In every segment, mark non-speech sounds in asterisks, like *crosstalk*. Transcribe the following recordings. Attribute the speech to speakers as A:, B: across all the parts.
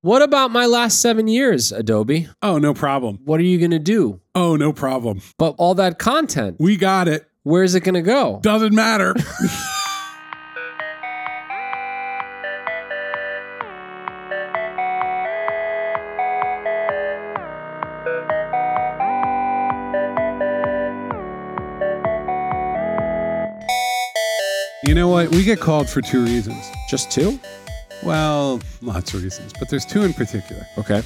A: What about my last seven years, Adobe?
B: Oh, no problem.
A: What are you going to do?
B: Oh, no problem.
A: But all that content,
B: We got it.
A: where's it going to go?
B: Doesn't matter. you know what? We get called for two reasons.
A: Just two?
B: Well, lots of reasons, but there's two in particular.
A: Okay.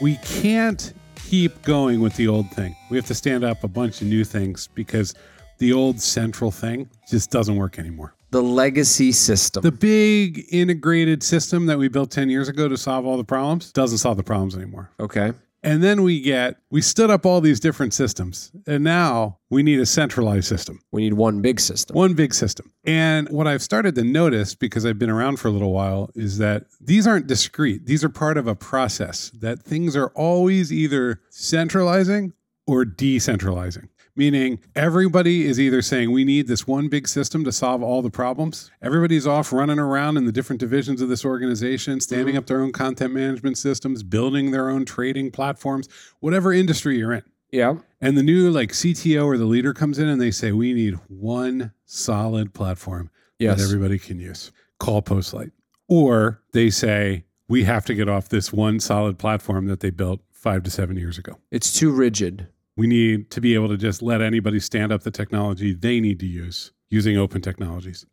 B: We can't keep going with the old thing. We have to stand up a bunch of new things because the old central thing just doesn't work anymore.
A: The legacy system.
B: The big integrated system that we built 10 years ago to solve all the problems doesn't solve the problems anymore.
A: okay.
B: And then we get, we stood up all these different systems, and now we need a centralized system.
A: We need one big system.
B: One big system. And what I've started to notice because I've been around for a little while is that these aren't discrete. These are part of a process that things are always either centralizing or decentralizing. Meaning everybody is either saying we need this one big system to solve all the problems. Everybody's off running around in the different divisions of this organization, standing up their own content management systems, building their own trading platforms, whatever industry you're in
A: Yeah.
B: and the new like CTO or the leader comes in and they say, "We need one solid platform
A: Yes.
B: that everybody can use. Call Postlight." Or they say, "We have to get off this one solid platform that they built 5 to 7 years ago.
A: It's too rigid.
B: We need to be able to just let anybody stand up the technology they need to use using open technologies."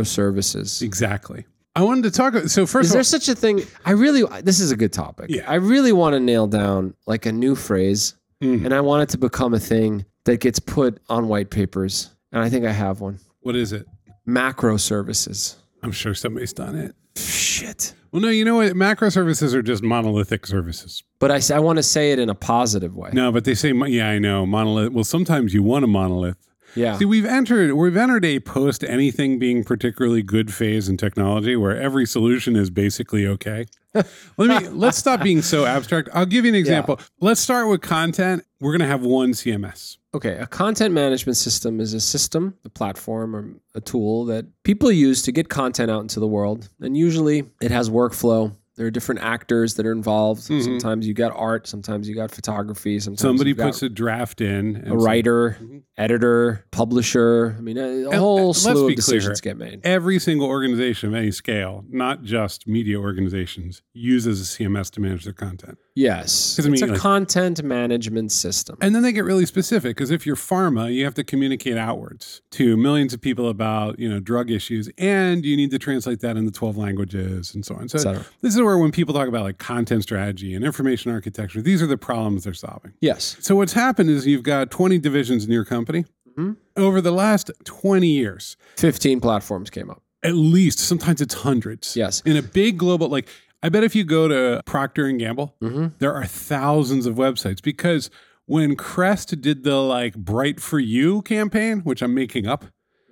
A: Microservices.
B: Exactly. I wanted to talk so first
A: Is
B: of all,
A: there such a thing? I really, this is a good topic.
B: Yeah.
A: I really want to nail down like a new phrase
B: Mhm.
A: and I want it to become a thing that gets put on white papers. And I think I have one
B: what is it?
A: macro services.
B: I'm sure somebody's done it.
A: Shit.
B: Well, no, you know what? Macro services are just monolithic services.
A: But I, s- I want to say it in a positive way.
B: No, but they say, mo- yeah, I know monolith. Well, sometimes you want a monolith.
A: Yeah.
B: See, we've entered we've entered a post anything being particularly good phase in technology where every solution is basically okay. Let me let's stop being so abstract. I'll give you an example. Let's start with content. We're going to have one CMS.
A: Okay. A content management system is a system, a platform, or a tool that people use to get content out into the world. And usually it has workflow. There are different actors that are involved.
B: Mhm.
A: Sometimes you got art, sometimes you got photography, sometimes
B: Somebody
A: you've got
B: puts a draft in. And
A: a writer,
B: Mhm.
A: editor, publisher. I mean, a- a
B: And, uh,
A: whole
B: let's
A: slew
B: be
A: of decisions
B: clear.
A: get made.
B: Every single organization of any scale, not just media organizations, uses a CMS to manage their content.
A: Yes.
B: 'Cause I
A: it's a
B: mean, like-
A: content management system.
B: And then they get really specific because if you're pharma, you have to communicate outwards to millions of people about you know drug issues, and you need to translate that into 12 languages and so on. So
A: et cetera.
B: this is where when people talk about like content strategy and information architecture, these are the problems they're solving.
A: Yes.
B: So what's happened is you've got 20 divisions in your company
A: Mhm.
B: over the last 20 years,
A: 15 platforms came up.
B: at least. Sometimes it's hundreds.
A: Yes.
B: In a big global like. I bet if you go to Procter and Gamble,
A: hmm
B: there are thousands of websites because when Crest did the like bright for you campaign, which I'm making up,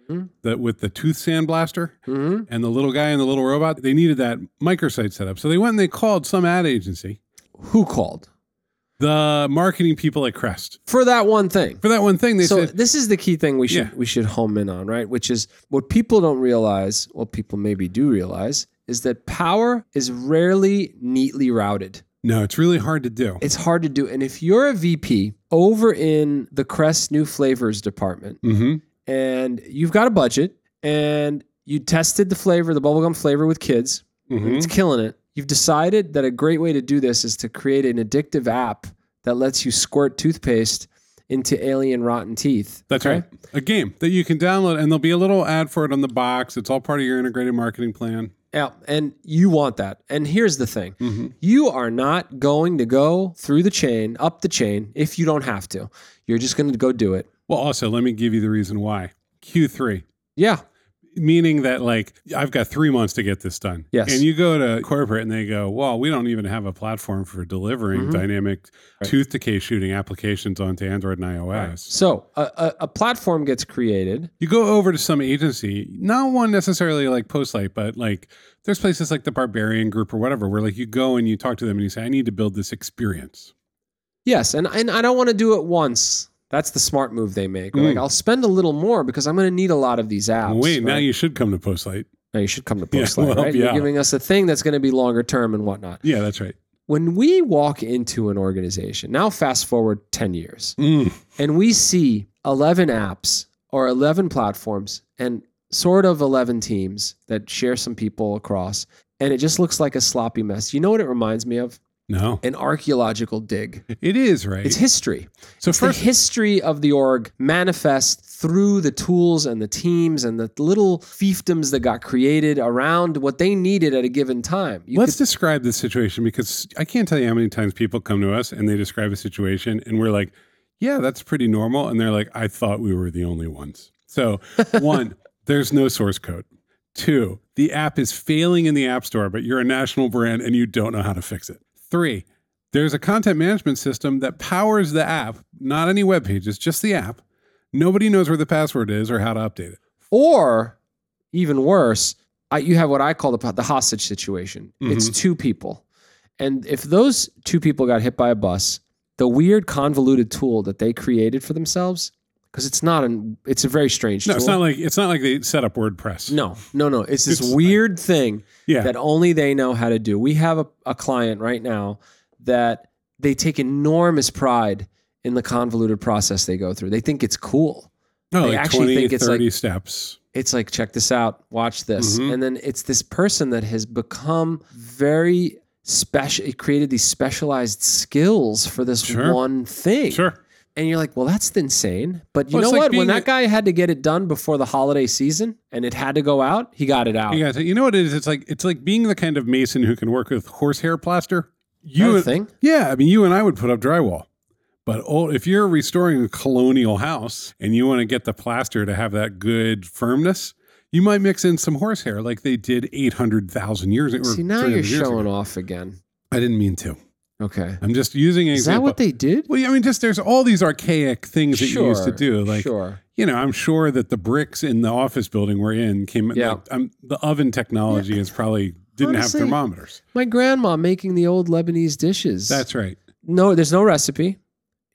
A: Mhm.
B: that with the tooth sandblaster
A: hmm
B: and the little guy and the little robot, they needed that microsite set up. So they went and they called some ad agency,
A: Who called
B: the marketing people at Crest.
A: for that one thing?
B: For that one thing, they
A: So
B: said,
A: this is the key thing we should
B: Yeah.
A: we should home in on, right? Which is what people don't realize, what people maybe do realize, is that power is rarely neatly routed.
B: no, it's really hard to do.
A: It's hard to do. And if you're a VP over in the Crest New Flavors department,
B: hmm
A: and you've got a budget and you tested the flavor, the bubblegum flavor with kids, and
B: hmm
A: it's killing it. You've decided that a great way to do this is to create an addictive app that lets you squirt toothpaste into alien rotten teeth.
B: That's
A: Okay?
B: right. A game that you can download, and there'll be a little ad for it on the box. It's all part of your integrated marketing plan.
A: Yeah, and you want that. And here's the thing.
B: Mhm.
A: You are not going to go through the chain, up the chain if you don't have to. You're just going to go do it.
B: Well, also, let me give you the reason why. Q3.
A: Yeah.
B: meaning that like I've got three months to get this done.
A: Yes.
B: And you go to corporate and they go, well, we don't even have a platform for delivering
A: Mhm.
B: dynamic
A: Right.
B: tooth decay shooting applications onto Android and iOS.
A: So, a, a, a platform gets created.
B: You go over to some agency, not one necessarily like Postlight, but like there's places like the Barbarian Group or whatever, where like you go and you talk to them and you say, I need to build this experience.
A: Yes, and and I don't want to do it once. That's the smart move they make. Like
B: Mm.
A: I'll spend a little more because I'm going to need a lot of these apps.
B: Wait, now
A: right?
B: you should come to Postlight.
A: No, you should come to
B: Yeah,
A: post Lab,
B: well,
A: right? You're
B: yeah.
A: giving us a thing that's going to be longer term and whatnot.
B: Yeah, that's right.
A: When we walk into an organization, now fast forward 10 years,
B: Mm.
A: and we see 11 apps or 11 platforms and sort of 11 teams that share some people across, and it just looks like a sloppy mess. You know what it reminds me of?
B: No,
A: An archaeological dig.
B: it is right.
A: It's history.
B: so
A: It's the
B: first,
A: history of the org manifests through the tools and the teams and the little fiefdoms that got created around what they needed at a given time. You
B: let's
A: could-
B: describe this situation because I can't tell you how many times people come to us and they describe a situation and we're like, yeah, that's pretty normal. And they're like, I thought we were the only ones.
A: *laughs*
B: So, one, there's no source code. Two, the app is failing in the App Store, but you're a national brand and you don't know how to fix it. Three, there's a content management system that powers the app, not any web pages, just the app. Nobody knows where the password is or how to update it.
A: or even worse, I, you have what I call the, the hostage situation.
B: Mm-hmm.
A: It's two people. And if those two people got hit by a bus, the weird convoluted tool that they created for themselves, because it's not an, it's a very strange
B: No,
A: tool.
B: it's not like it's not like they set up WordPress.
A: no, no, no. It's this
B: It's like-
A: weird thing
B: Yeah.
A: that only they know how to do. We have a, a client right now that they take enormous pride in the convoluted process they go through. They think it's cool.
B: No,
A: They
B: like
A: actually
B: 20,
A: think it's
B: 30 steps.
A: It's like, check this out, watch this.
B: Mhm.
A: And then it's this person that has become very special, it created these specialized skills for this
B: Sure.
A: one thing.
B: Sure.
A: And you're like, well, that's insane. But you
B: Well, it's
A: know
B: like
A: what? When
B: being
A: that
B: a-
A: guy had to get it done before the holiday season and it had to go out, he got it out.
B: You, guys, you know what it is? It's like it's like being the kind of mason who can work with horsehair plaster. You
A: Kind
B: and-
A: of thing.
B: Yeah, I mean, you and I would put up drywall. But oh, if you're restoring a colonial house and you want to get the plaster to have that good firmness, you might mix in some horsehair like they did 800,000 years ago. or
A: See, now
B: 300
A: you're
B: years ago.
A: showing off again.
B: I didn't mean to.
A: Okay.
B: I'm just using an
A: Is that
B: example.
A: what they did?
B: well, yeah, I mean, just there's all these archaic things that you used to do. Like,
A: sure.
B: you know, I'm sure that the bricks in the office building we're in came.
A: Yeah.
B: Like, um, the oven technology is probably didn't
A: Honestly.
B: have thermometers.
A: My grandma making the old Lebanese dishes.
B: That's right.
A: no, there's no recipe.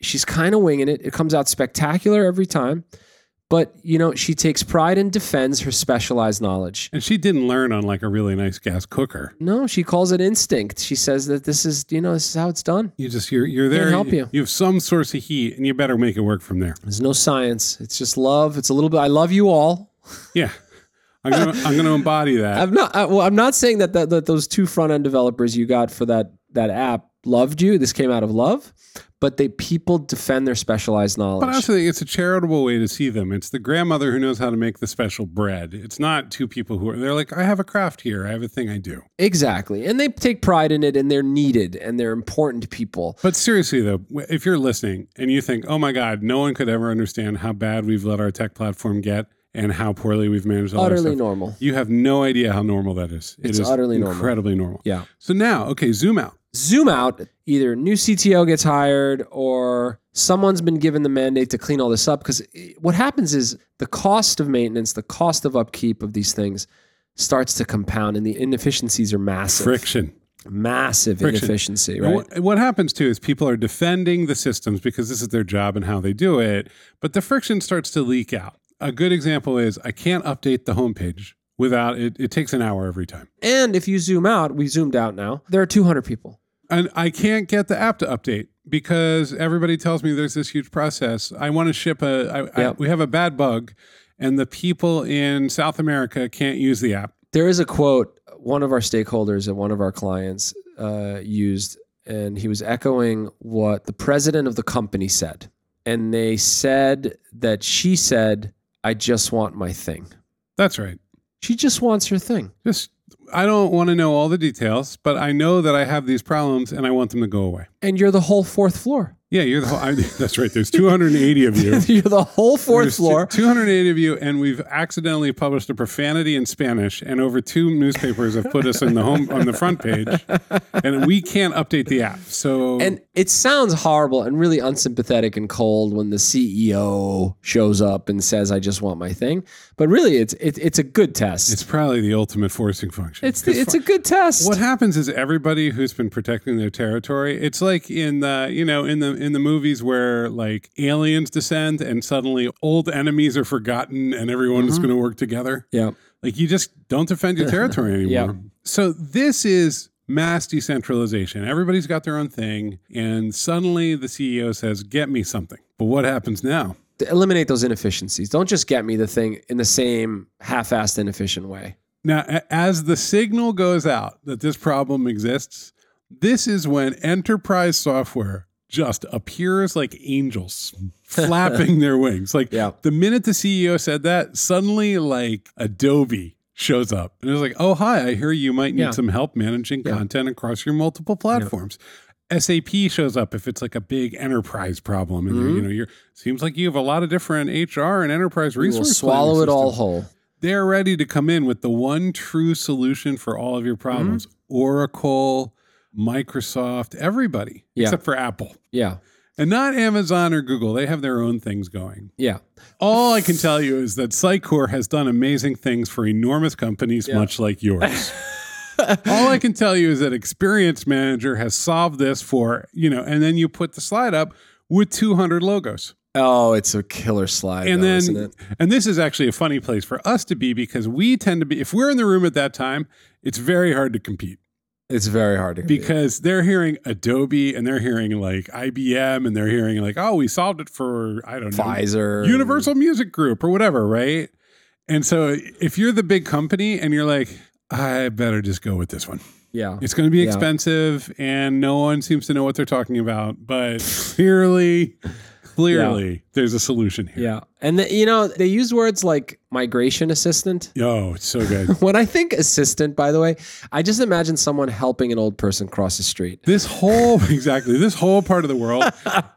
A: She's kind of winging it. It comes out spectacular every time. But, you know, she takes pride and defends her specialized knowledge.
B: And she didn't learn on like a really nice gas cooker.
A: No, she calls it instinct. She says that this is, you know, this is how it's done.
B: You just you're you're there.
A: help you.
B: You have some source of heat, and you better make it work from there.
A: There's no science. It's just love. It's a little bit. I love you all.
B: Yeah, I'm gonna I'm gonna
A: *laughs*
B: embody that.
A: I'm not. I, well, I'm not saying that, that that those two front end developers you got for that that app loved you. This came out of love, but they people defend their specialized knowledge.
B: But I also think it's a charitable way to see them. It's the grandmother who knows how to make the special bread. It's not two people who are they're like I have a craft here. I have a thing I do.
A: exactly, and they take pride in it, and they're needed, and they're important people.
B: But seriously, though, w- if you're listening and you think, oh my God, no one could ever understand how bad we've let our tech platform get and how poorly we've managed all
A: Utterly
B: our stuff,
A: normal.
B: you have no idea how normal that is. It
A: It's
B: is
A: utterly normal.
B: incredibly normal.
A: Yeah.
B: So now, okay, zoom out.
A: Zoom out. Either new CTO gets hired, or someone's been given the mandate to clean all this up. Because what happens is the cost of maintenance, the cost of upkeep of these things, starts to compound, and the inefficiencies are massive.
B: Friction.
A: massive
B: Friction.
A: inefficiency,
B: And
A: right?
B: What, what happens too is people are defending the systems because this is their job and how they do it, but the friction starts to leak out. A good example is I can't update the homepage without it, it takes an hour every time.
A: and if you zoom out, we zoomed out now. There are 200 people.
B: and I can't get the app to update because everybody tells me there's this huge process. I want to ship a. I, I-
A: Yep.
B: we have a bad bug, and the people in South America can't use the app.
A: There is a quote one of our stakeholders at one of our clients uh, used, and he was echoing what the president of the company said. And they said that she said, "I just want my thing."
B: That's right.
A: She just wants her thing.
B: Just I don't want to know all the details, but I know that I have these problems and I want them to go away.
A: And you're the whole fourth floor.
B: Yeah, you're the whole. I, *laughs* that's right. There's 280 of you.
A: *laughs* you're the whole fourth
B: There's two-
A: floor.
B: 280 of you, and we've accidentally published a profanity in Spanish, and over two newspapers have put us in the home on the front page,
A: *laughs*
B: and we can't update the app. So
A: And it sounds horrible and really unsympathetic and cold when the CEO shows up and says, "I just want my thing." But really, it's it, it's a good test.
B: It's
A: It's
B: probably the ultimate forcing function.
A: it's, the,
B: 'Cause
A: it's
B: fu-
A: a good test.
B: what happens is everybody who's been protecting their territory. It's like in the you know in the in the movies where like
A: Mm-hmm.
B: aliens descend and suddenly old enemies are forgotten and everyone's going to work together.
A: yeah,
B: Like you just don't
A: *laughs*
B: defend your territory anymore.
A: Yeah.
B: So this is mass decentralization. Everybody's got their own thing. And suddenly the CEO says, get me something. But what happens now?
A: To eliminate those inefficiencies. Don't just get me the thing in the same half-assed, inefficient way.
B: Now, a- as the signal goes out that this problem exists, this is when enterprise software just appears like
A: *laughs*
B: angels flapping their wings. Like
A: Yeah.
B: the minute the CEO said that, suddenly like Adobe shows up and it's like, oh, hi, I hear you might need
A: Yeah.
B: some help managing
A: Yeah.
B: content across your multiple platforms. SAP shows up if it's like a big enterprise problem, and you're,
A: Mhm.
B: you know, you're seems like you have a lot of different HR and enterprise
A: We
B: resource.
A: will
B: planning
A: swallow it all
B: systems
A: whole.
B: they're ready to come in with the one true solution for all of your
A: Mm-hmm.
B: problems Oracle, Microsoft, everybody,
A: Yeah.
B: except for Apple.
A: Yeah.
B: And not Amazon or Google. They have their own things going.
A: Yeah.
B: All I can tell you is that Sitecore has done amazing things for enormous companies,
A: Yeah.
B: much
A: *laughs*
B: like yours. *laughs* All I can tell you is that Experience Manager has solved this for, you know, and then you put the slide up with 200 logos
A: Oh, it's a killer slide.
B: and
A: though,
B: then
A: isn't it?
B: and this is actually a funny place for us to be because we tend to be if we're in the room at that time it's very hard to compete
A: it's very hard to compete.
B: because they're hearing adobe and they're hearing like ibm and they're hearing like oh we solved it for i don't know
A: Pfizer,
B: universal music group or whatever right and so if you're the big company and you're like i better just go with this one
A: Yeah.
B: it's going to be
A: Yeah.
B: expensive and no one seems to know what they're talking about but clearly clearly there's a solution here
A: Yeah. And the, you know, they use words like migration assistant.
B: oh it's so good
A: When I think assistant, by the way, I just imagine someone helping an old person cross the street.
B: This whole *laughs* exactly this whole part of the
A: *laughs*
B: world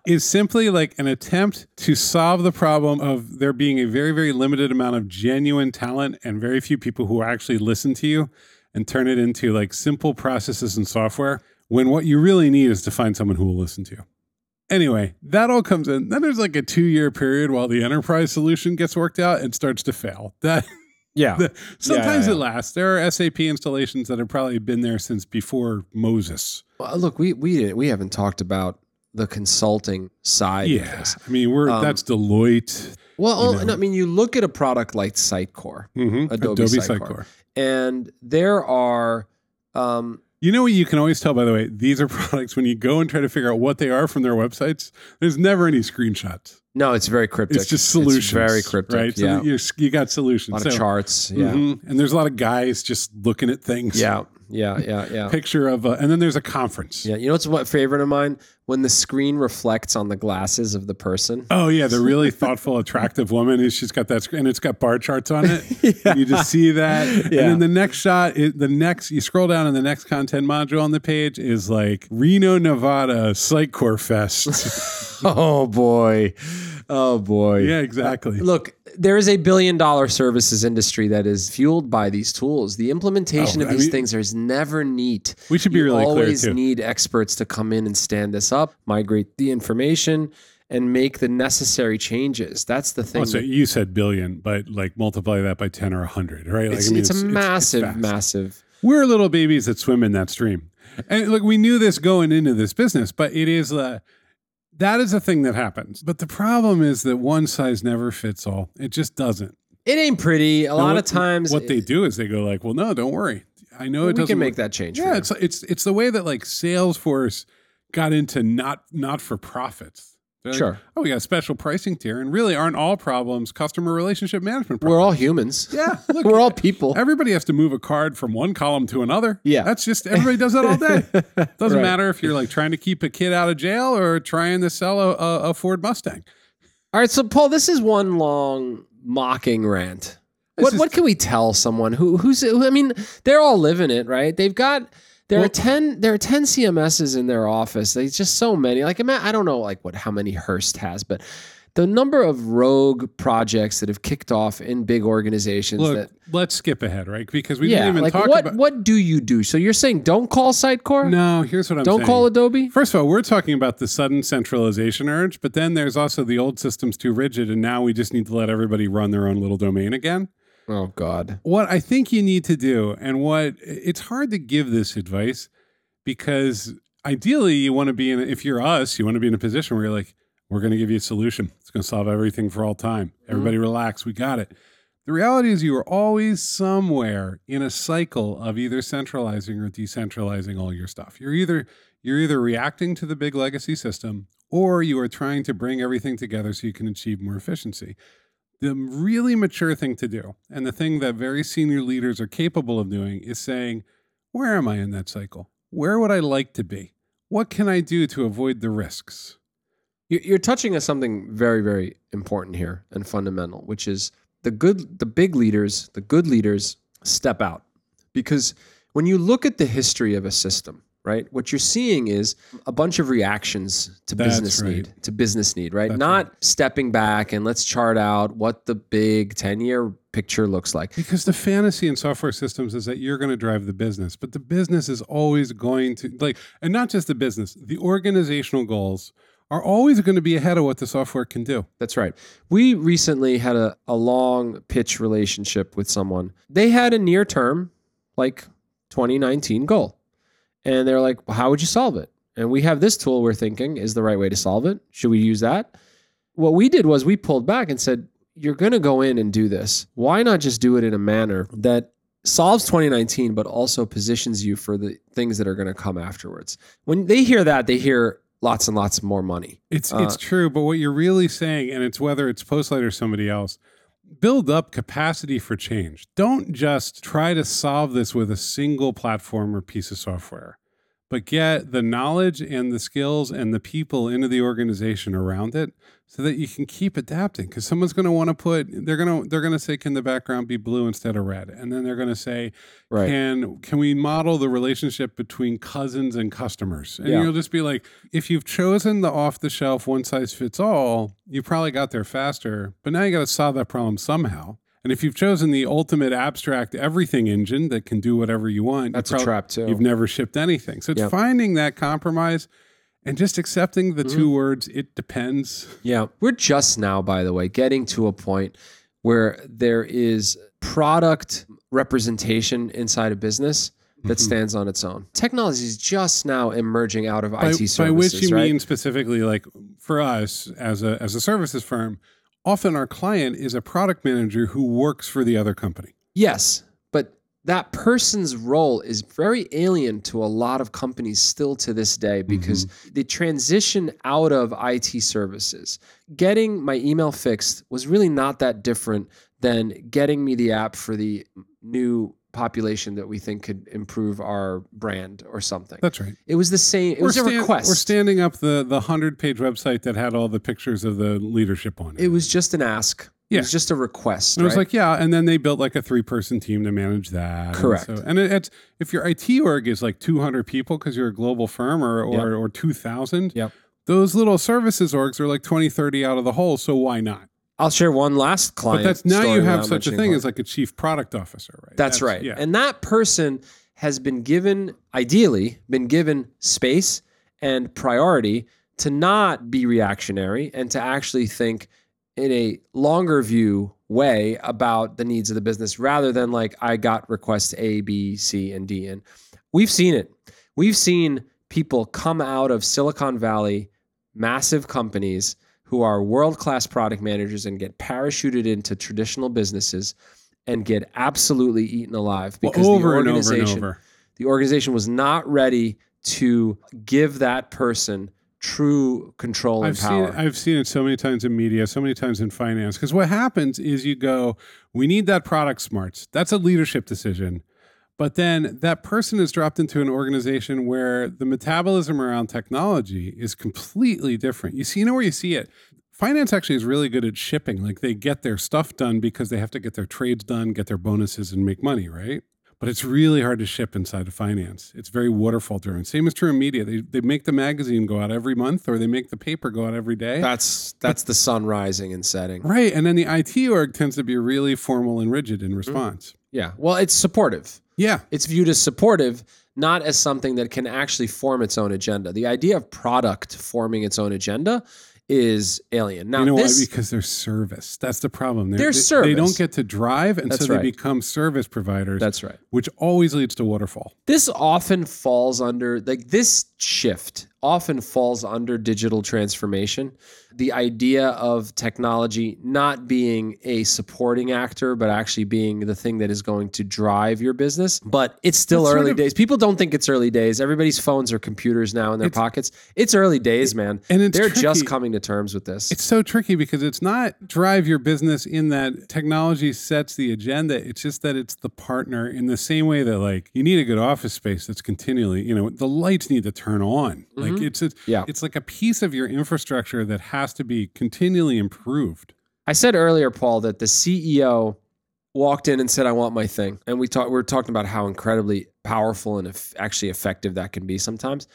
B: is simply like an attempt to solve the problem of there being a very very limited amount of genuine talent and very few people who actually listen to you and turn it into like simple processes and software when what you really need is to find someone who will listen to you. Anyway, that all comes in. Then there's like a 2-year period while the enterprise solution gets worked out and starts to fail. *laughs* That
A: Yeah.
B: the- sometimes
A: yeah,
B: it lasts. There are SAP installations that have probably been there since before Moses.
A: Well, Uh, look, we we didn't, we haven't talked about the consulting side of
B: Yeah,
A: this.
B: I mean, we're
A: Um,
B: that's Deloitte,
A: Well, oh,
B: You know.
A: no, I mean, you look at a product like Sitecore,
B: mm-hmm.
A: Adobe Sitecore. and there are, um,
B: You know what you can always tell, by the way, these are *laughs* products when you go and try to figure out what they are from their websites. There's never any screenshots.
A: no, it's very cryptic.
B: It's just solutions.
A: very cryptic.
B: right? So
A: Yeah.
B: you're, you got
A: a
B: solutions.
A: lot of
B: So-
A: charts. Yeah.
B: Mhm. and there's a lot of guys just looking at things.
A: Yeah. Yeah. Yeah.
B: *laughs*
A: Yeah.
B: picture of, a, and then there's a conference.
A: Yeah, you know what's what favorite of mine when the screen reflects on the glasses of the
B: *laughs*
A: person.
B: Oh yeah, the really thoughtful, attractive woman is she's got that screen and it's got bar charts on it. *laughs* And you just see that. And
A: Yeah.
B: then the next shot, is the next you scroll down and the next content module on the page is like Reno, Nevada Sitecore *laughs* Fest.
A: Oh boy, oh boy.
B: yeah, exactly.
A: Look, there is a billion dollar services industry that is fueled by these tools. The implementation
B: Oh,
A: of
B: I
A: these
B: mean-
A: things is never neat.
B: We should be
A: you
B: really clear,
A: always
B: too.
A: need experts to come in and stand this up, migrate the information, and make the necessary changes. That's the thing.
B: Also,
A: that-
B: you said billion, but like multiply that by ten or hundred, right? Like,
A: it's,
B: I mean,
A: it's a massive,
B: fast.
A: massive.
B: We're little babies that swim in that stream. And look, we knew this going into this business, but it is uh, that is a thing that happens. But the problem is that one size never fits all. It just doesn't.
A: It ain't pretty. A
B: And
A: lot
B: what-
A: of times,
B: what they do is they go like, "Well, no, don't worry. I know it
A: we
B: doesn't
A: can make
B: work."
A: that change. for
B: Yeah,
A: you.
B: it's it's it's the way that like Salesforce got into not not for profits. They're like,
A: Sure.
B: oh, we got a special pricing tier, and really aren't all problems customer relationship management problems.
A: we're all humans.
B: yeah,
A: *laughs*
B: look,
A: We're all people.
B: Everybody has to move a card from one column to another.
A: Yeah.
B: That's just everybody does that
A: *laughs*
B: all day. Doesn't
A: Right.
B: matter if you're like trying to keep a kid out of jail or trying to sell a, a, a Ford Mustang.
A: All right, so Paul, this is one long mocking rant.
B: This
A: What
B: is-
A: what can we tell someone who who's who, I mean, they're all living it, right? They've got there
B: Well-
A: are ten there are ten CMSs in their office. There's just so many. Like ima- I don't know like what how many Hearst has, but the number of rogue projects that have kicked off in big organizations
B: Look,
A: that
B: let's skip ahead, right? Because we
A: yeah,
B: didn't even
A: like
B: talk
A: what
B: about.
A: what do you do? So you're saying don't call Sitecore?
B: No, here's what I'm
A: don't
B: saying.
A: call Adobe?
B: First of all, we're talking about the sudden centralization urge, but then there's also the old system's too rigid, and now we just need to let everybody run their own little domain again.
A: Oh god.
B: What I think you need to do, and what it's hard to give this advice because ideally you want to be in, if you're us, you want to be in a position where you're like, we're going to give you a solution. It's going to solve everything for all time. Everybody relax. We got it. The reality is, you are always somewhere in a cycle of either centralizing or decentralizing all your stuff. You're either you're either reacting to the big legacy system or you are trying to bring everything together so you can achieve more efficiency. The really mature thing to do, and the thing that very senior leaders are capable of doing, is saying, Where am I in that cycle? Where would I like to be? What can I do to avoid the risks?
A: You- You're touching on something very, very important here and fundamental, which is the good, the big leaders, the good leaders step out. Because when you look at the history of a system, right, what you're seeing is a bunch of reactions to
B: That's
A: business
B: right.
A: need, to business need, right?
B: That's
A: Not stepping back and let's chart out what the big 10 year picture looks like.
B: Because the fantasy in software systems is that you're going to drive the business, but the business is always going to like, and not just the business, the organizational goals are always going to be ahead of what the software can do.
A: That's right. We recently had a, a long pitch relationship with someone. They had a near term, like 2019 goal. And they're like, well, how would you solve it? And we have this tool we're thinking is the right way to solve it. Should we use that? What we did was we pulled back and said, you're going to go in and do this. Why not just do it in a manner that solves 2019, but also positions you for the things that are going to come afterwards? When they hear that, they hear lots and lots more money.
B: It's
A: Uh,
B: it's true, but what you're really saying, and it's whether it's Postlight or somebody else, build up capacity for change. Don't just try to solve this with a single platform or piece of software, but get the knowledge and the skills and the people into the organization around it so that you can keep adapting. Because someone's going to want to put they're going to they're going to say, can the background be blue instead of red? And then they're going to say,
A: Right.
B: can can we model the relationship between cousins and customers? And
A: Yeah.
B: you'll just be like, if you've chosen the off the shelf one size fits all, you probably got there faster, but now you got to solve that problem somehow. And if you've chosen the ultimate abstract everything engine that can do whatever you want, you
A: That's
B: prob-
A: a trap, too.
B: You've never shipped anything. So it's
A: Yep.
B: finding that compromise and just accepting the
A: Mm-hmm.
B: two words it depends.
A: Yeah. We're just now, by the way, getting to a point where there is product representation inside a business that
B: Mm-hmm.
A: stands on its own. Technology is just now emerging out of
B: by,
A: IT services,
B: by which you
A: right?
B: mean specifically like for us as a as a services firm often our client is a product manager who works for the other company
A: yes, but that person's role is very alien to a lot of companies still to this day
B: Mm-hmm.
A: because the transition out of IT services, getting my email fixed was really not that different than getting me the app for the new population that we think could improve our brand or something.
B: that's right
A: It was the same. It was a
B: stan-
A: request.
B: we're standing up the the 100 page website that had all the pictures of the leadership on it
A: it was just an ask. It
B: Yeah.
A: was just a request.
B: and it was
A: right?
B: like, yeah, and then they built like a three-person team to manage that. And
A: Correct.
B: so- And, it, it's if your IT org is like 200 people because you're a global firm, or or,
A: Yep.
B: or 2,000,
A: Yep.
B: those little services orgs are like 20, 30 out of the hole. So why not?
A: I'll share one last client.
B: But that's now
A: story
B: you have
A: without
B: such a
A: mentioning
B: thing
A: client.
B: as like a chief product officer, right?
A: That's, right.
B: Yeah.
A: And that person has been given, ideally, been given space and priority to not be reactionary and to actually think in a longer view way about the needs of the business rather than like, I got requests A, B, C, and D. And we've seen it. We've seen people come out of Silicon Valley, massive companies who are world class product managers and get parachuted into traditional businesses and get absolutely eaten alive
B: Well,
A: because
B: over
A: the
B: and over
A: organization
B: and over.
A: the organization was not ready to give that person true control and
B: I've seen
A: power.
B: it, I've seen it so many times in media, so many times in finance. Because what happens is you go, we need that product smarts. That's a leadership decision. But then that person is dropped into an organization where the metabolism around technology is completely different. You see, you know where you see it. Finance actually is really good at shipping. Like they get their stuff done because they have to get their trades done, get their bonuses, and make money, right? But it's really hard to ship inside of finance. It's very waterfall driven. Same is true in media. They, they make the magazine go out every month or they make the paper go out every day.
A: that's that's the sun rising and setting.
B: Right. And then the IT org tends to be really formal and rigid in response.
A: Yeah. Well, it's supportive.
B: Yeah.
A: It's viewed as supportive, not as something that can actually form its own agenda. The idea of product forming its own agenda is alien. Now,
B: You know
A: this
B: why? Because they're service. That's the problem. They're,
A: They're
B: they- They
A: service.
B: don't get to drive, and
A: That's
B: so they
A: right.
B: become service providers,
A: that's right.
B: which always leads to waterfall.
A: this often falls under like this shift often falls under digital transformation the idea of technology not being a supporting actor, but actually being the thing that is going to drive your business. But it's still
B: It's sort
A: early
B: of-
A: days. People don't think it's early days. Everybody's phones are computers now in their
B: It's-
A: pockets. It's early days, man.
B: and it's
A: They're just
B: tricky.
A: coming to terms with this.
B: It's so tricky because it's not drive your business in that technology sets the agenda. It's just that it's the partner in the same way that like you need a good office space that's continually, you know, the lights need to turn on. Like it's a,
A: Mm-hmm. Yeah.
B: it's like a piece of your infrastructure that has to be continually improved.
A: I said earlier, Paul, that the CEO walked in and said, "I want my thing," and we talked. We were talking about how incredibly powerful and eff- actually effective that can be sometimes.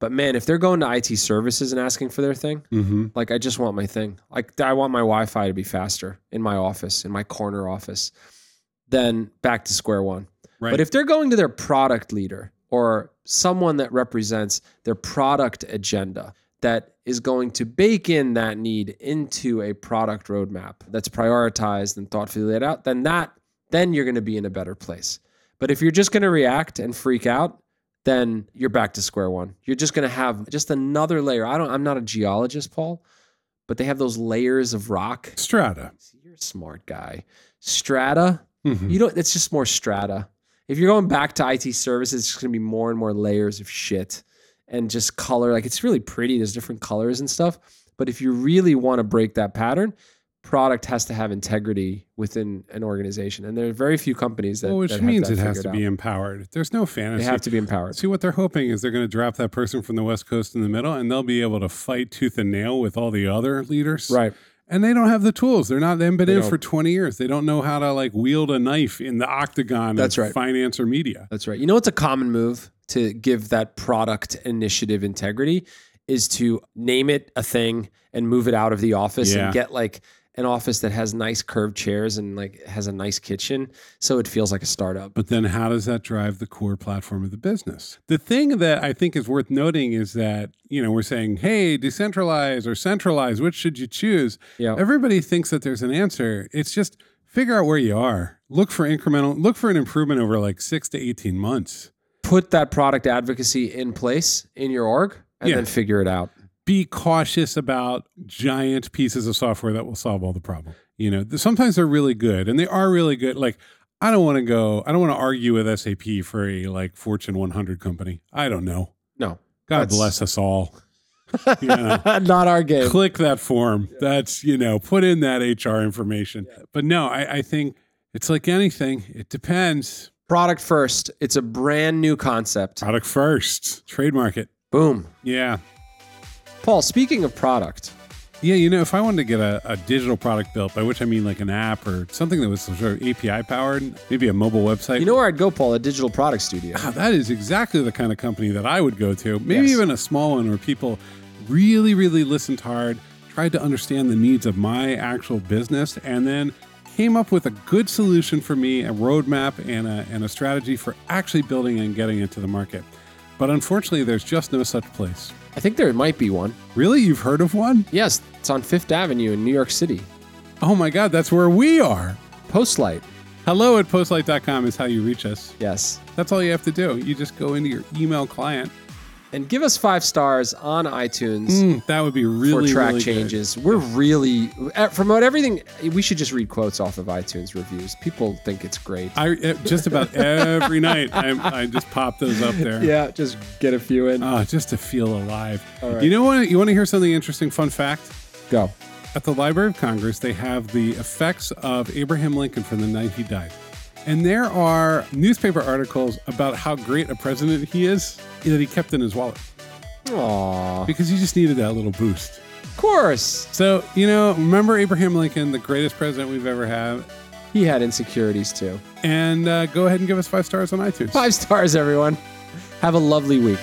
A: But man, if they're going to IT services and asking for their thing,
B: Mm-hmm.
A: like I just want my thing, like I want my Wi-Fi to be faster in my office, in my corner office, then back to square one.
B: Right.
A: But if they're going to their product leader or someone that represents their product agenda that is going to bake in that need into a product roadmap that's prioritized and thoughtfully laid out, then that then you're going to be in a better place. But if you're just going to react and freak out, then you're back to square one. You're just going to have just another layer. I don't I'm not a geologist, Paul, but they have those layers of rock.
B: Strata.
A: See, you're a smart guy. Strata,
B: Mhm.
A: you don't. It's just more strata. If you're going back to IT services, it's just gonna be more and more layers of shit and just color. Like it's really pretty. There's different colors and stuff. But if you really want to break that pattern, product has to have integrity within an organization. And there are very few companies that.
B: Well, which
A: that have
B: means
A: that
B: it has
A: figured
B: to
A: out.
B: be empowered. There's no
A: They
B: fantasy.
A: have to be
B: *laughs*
A: empowered.
B: See what they're hoping is they're going to drop that person from the West Coast in the middle, and they'll be able to fight tooth and nail with all the other leaders.
A: Right.
B: and they don't have the tools. They're not. They haven't been
A: They
B: in
A: don't.
B: for twenty years. They don't know how to like wield a knife in the octagon.
A: That's
B: of
A: right.
B: Finance or media.
A: That's right. You know what's a common move to give that product initiative integrity is to name it a thing and move it out of the office
B: Yeah.
A: and get like an office that has nice curved chairs and like has a nice kitchen so it feels like a startup.
B: But then, how does that drive the core platform of the business? The thing that I think is worth noting is that you know we're saying, hey, decentralize or centralize. Which should you choose?
A: Yeah.
B: Everybody thinks that there's an answer. It's just figure out where you are. Look for incremental. Look for an improvement over like six to eighteen months.
A: Put that product advocacy in place in your org and
B: Yeah.
A: then figure it out.
B: be cautious about giant pieces of software that will solve all the problem. You know, th- sometimes they're really good and they are really good. Like, I don't want to go, I don't want to argue with SAP for a like Fortune 100 company. I don't know.
A: No.
B: God
A: That's-
B: bless us all. You know,
A: *laughs* Not our game.
B: click that form. That's, you know, put in that HR information. But no, I, I think it's like anything, it depends.
A: Product first. It's a brand new concept.
B: Product first, trademark it.
A: Boom.
B: Yeah.
A: Paul, speaking of product,
B: Yeah, you know, if I wanted to get a, a digital product built, by which I mean like an app or something that was some sort of API powered, maybe a mobile website.
A: you know where I'd go, Paul? A digital product studio.
B: Ah, that is exactly the kind of company that I would go to. Maybe
A: Yes.
B: even a small one where people really, really listened hard, tried to understand the needs of my actual business, and then came up with a good solution for me, a roadmap, and a, and a strategy for actually building and getting it to the market. But unfortunately, there's just no such place.
A: I think there might be one.
B: Really? You've heard of one?
A: Yes, it's on Fifth Avenue in New York City.
B: Oh my God, that's where we are.
A: Postlight.
B: Hello at postlight.com is how you reach us.
A: Yes.
B: That's all you have to do. You just go into your email client.
A: And give us five stars on iTunes
B: Mm, that would be really
A: for track
B: really good.
A: changes. We're really, eh, from what everything, we should just read quotes off of iTunes reviews. People think it's great.
B: I eh,
A: *laughs*
B: just about every night I, I just pop those up there.
A: yeah, just get a few in.
B: Ah, just to feel alive.
A: right.
B: You know what? You want to hear something interesting? Fun fact:
A: Go.
B: At the Library of Congress, they have the effects of Abraham Lincoln from the night he died, and there are newspaper articles about how great a president he is that he kept in his wallet
A: Aww.
B: because he just needed that little boost.
A: Of course.
B: So, you know, remember Abraham Lincoln, the greatest president we've ever had.
A: He had insecurities too.
B: And uh, go ahead and give us five stars on iTunes.
A: Five stars, everyone. Have a lovely week.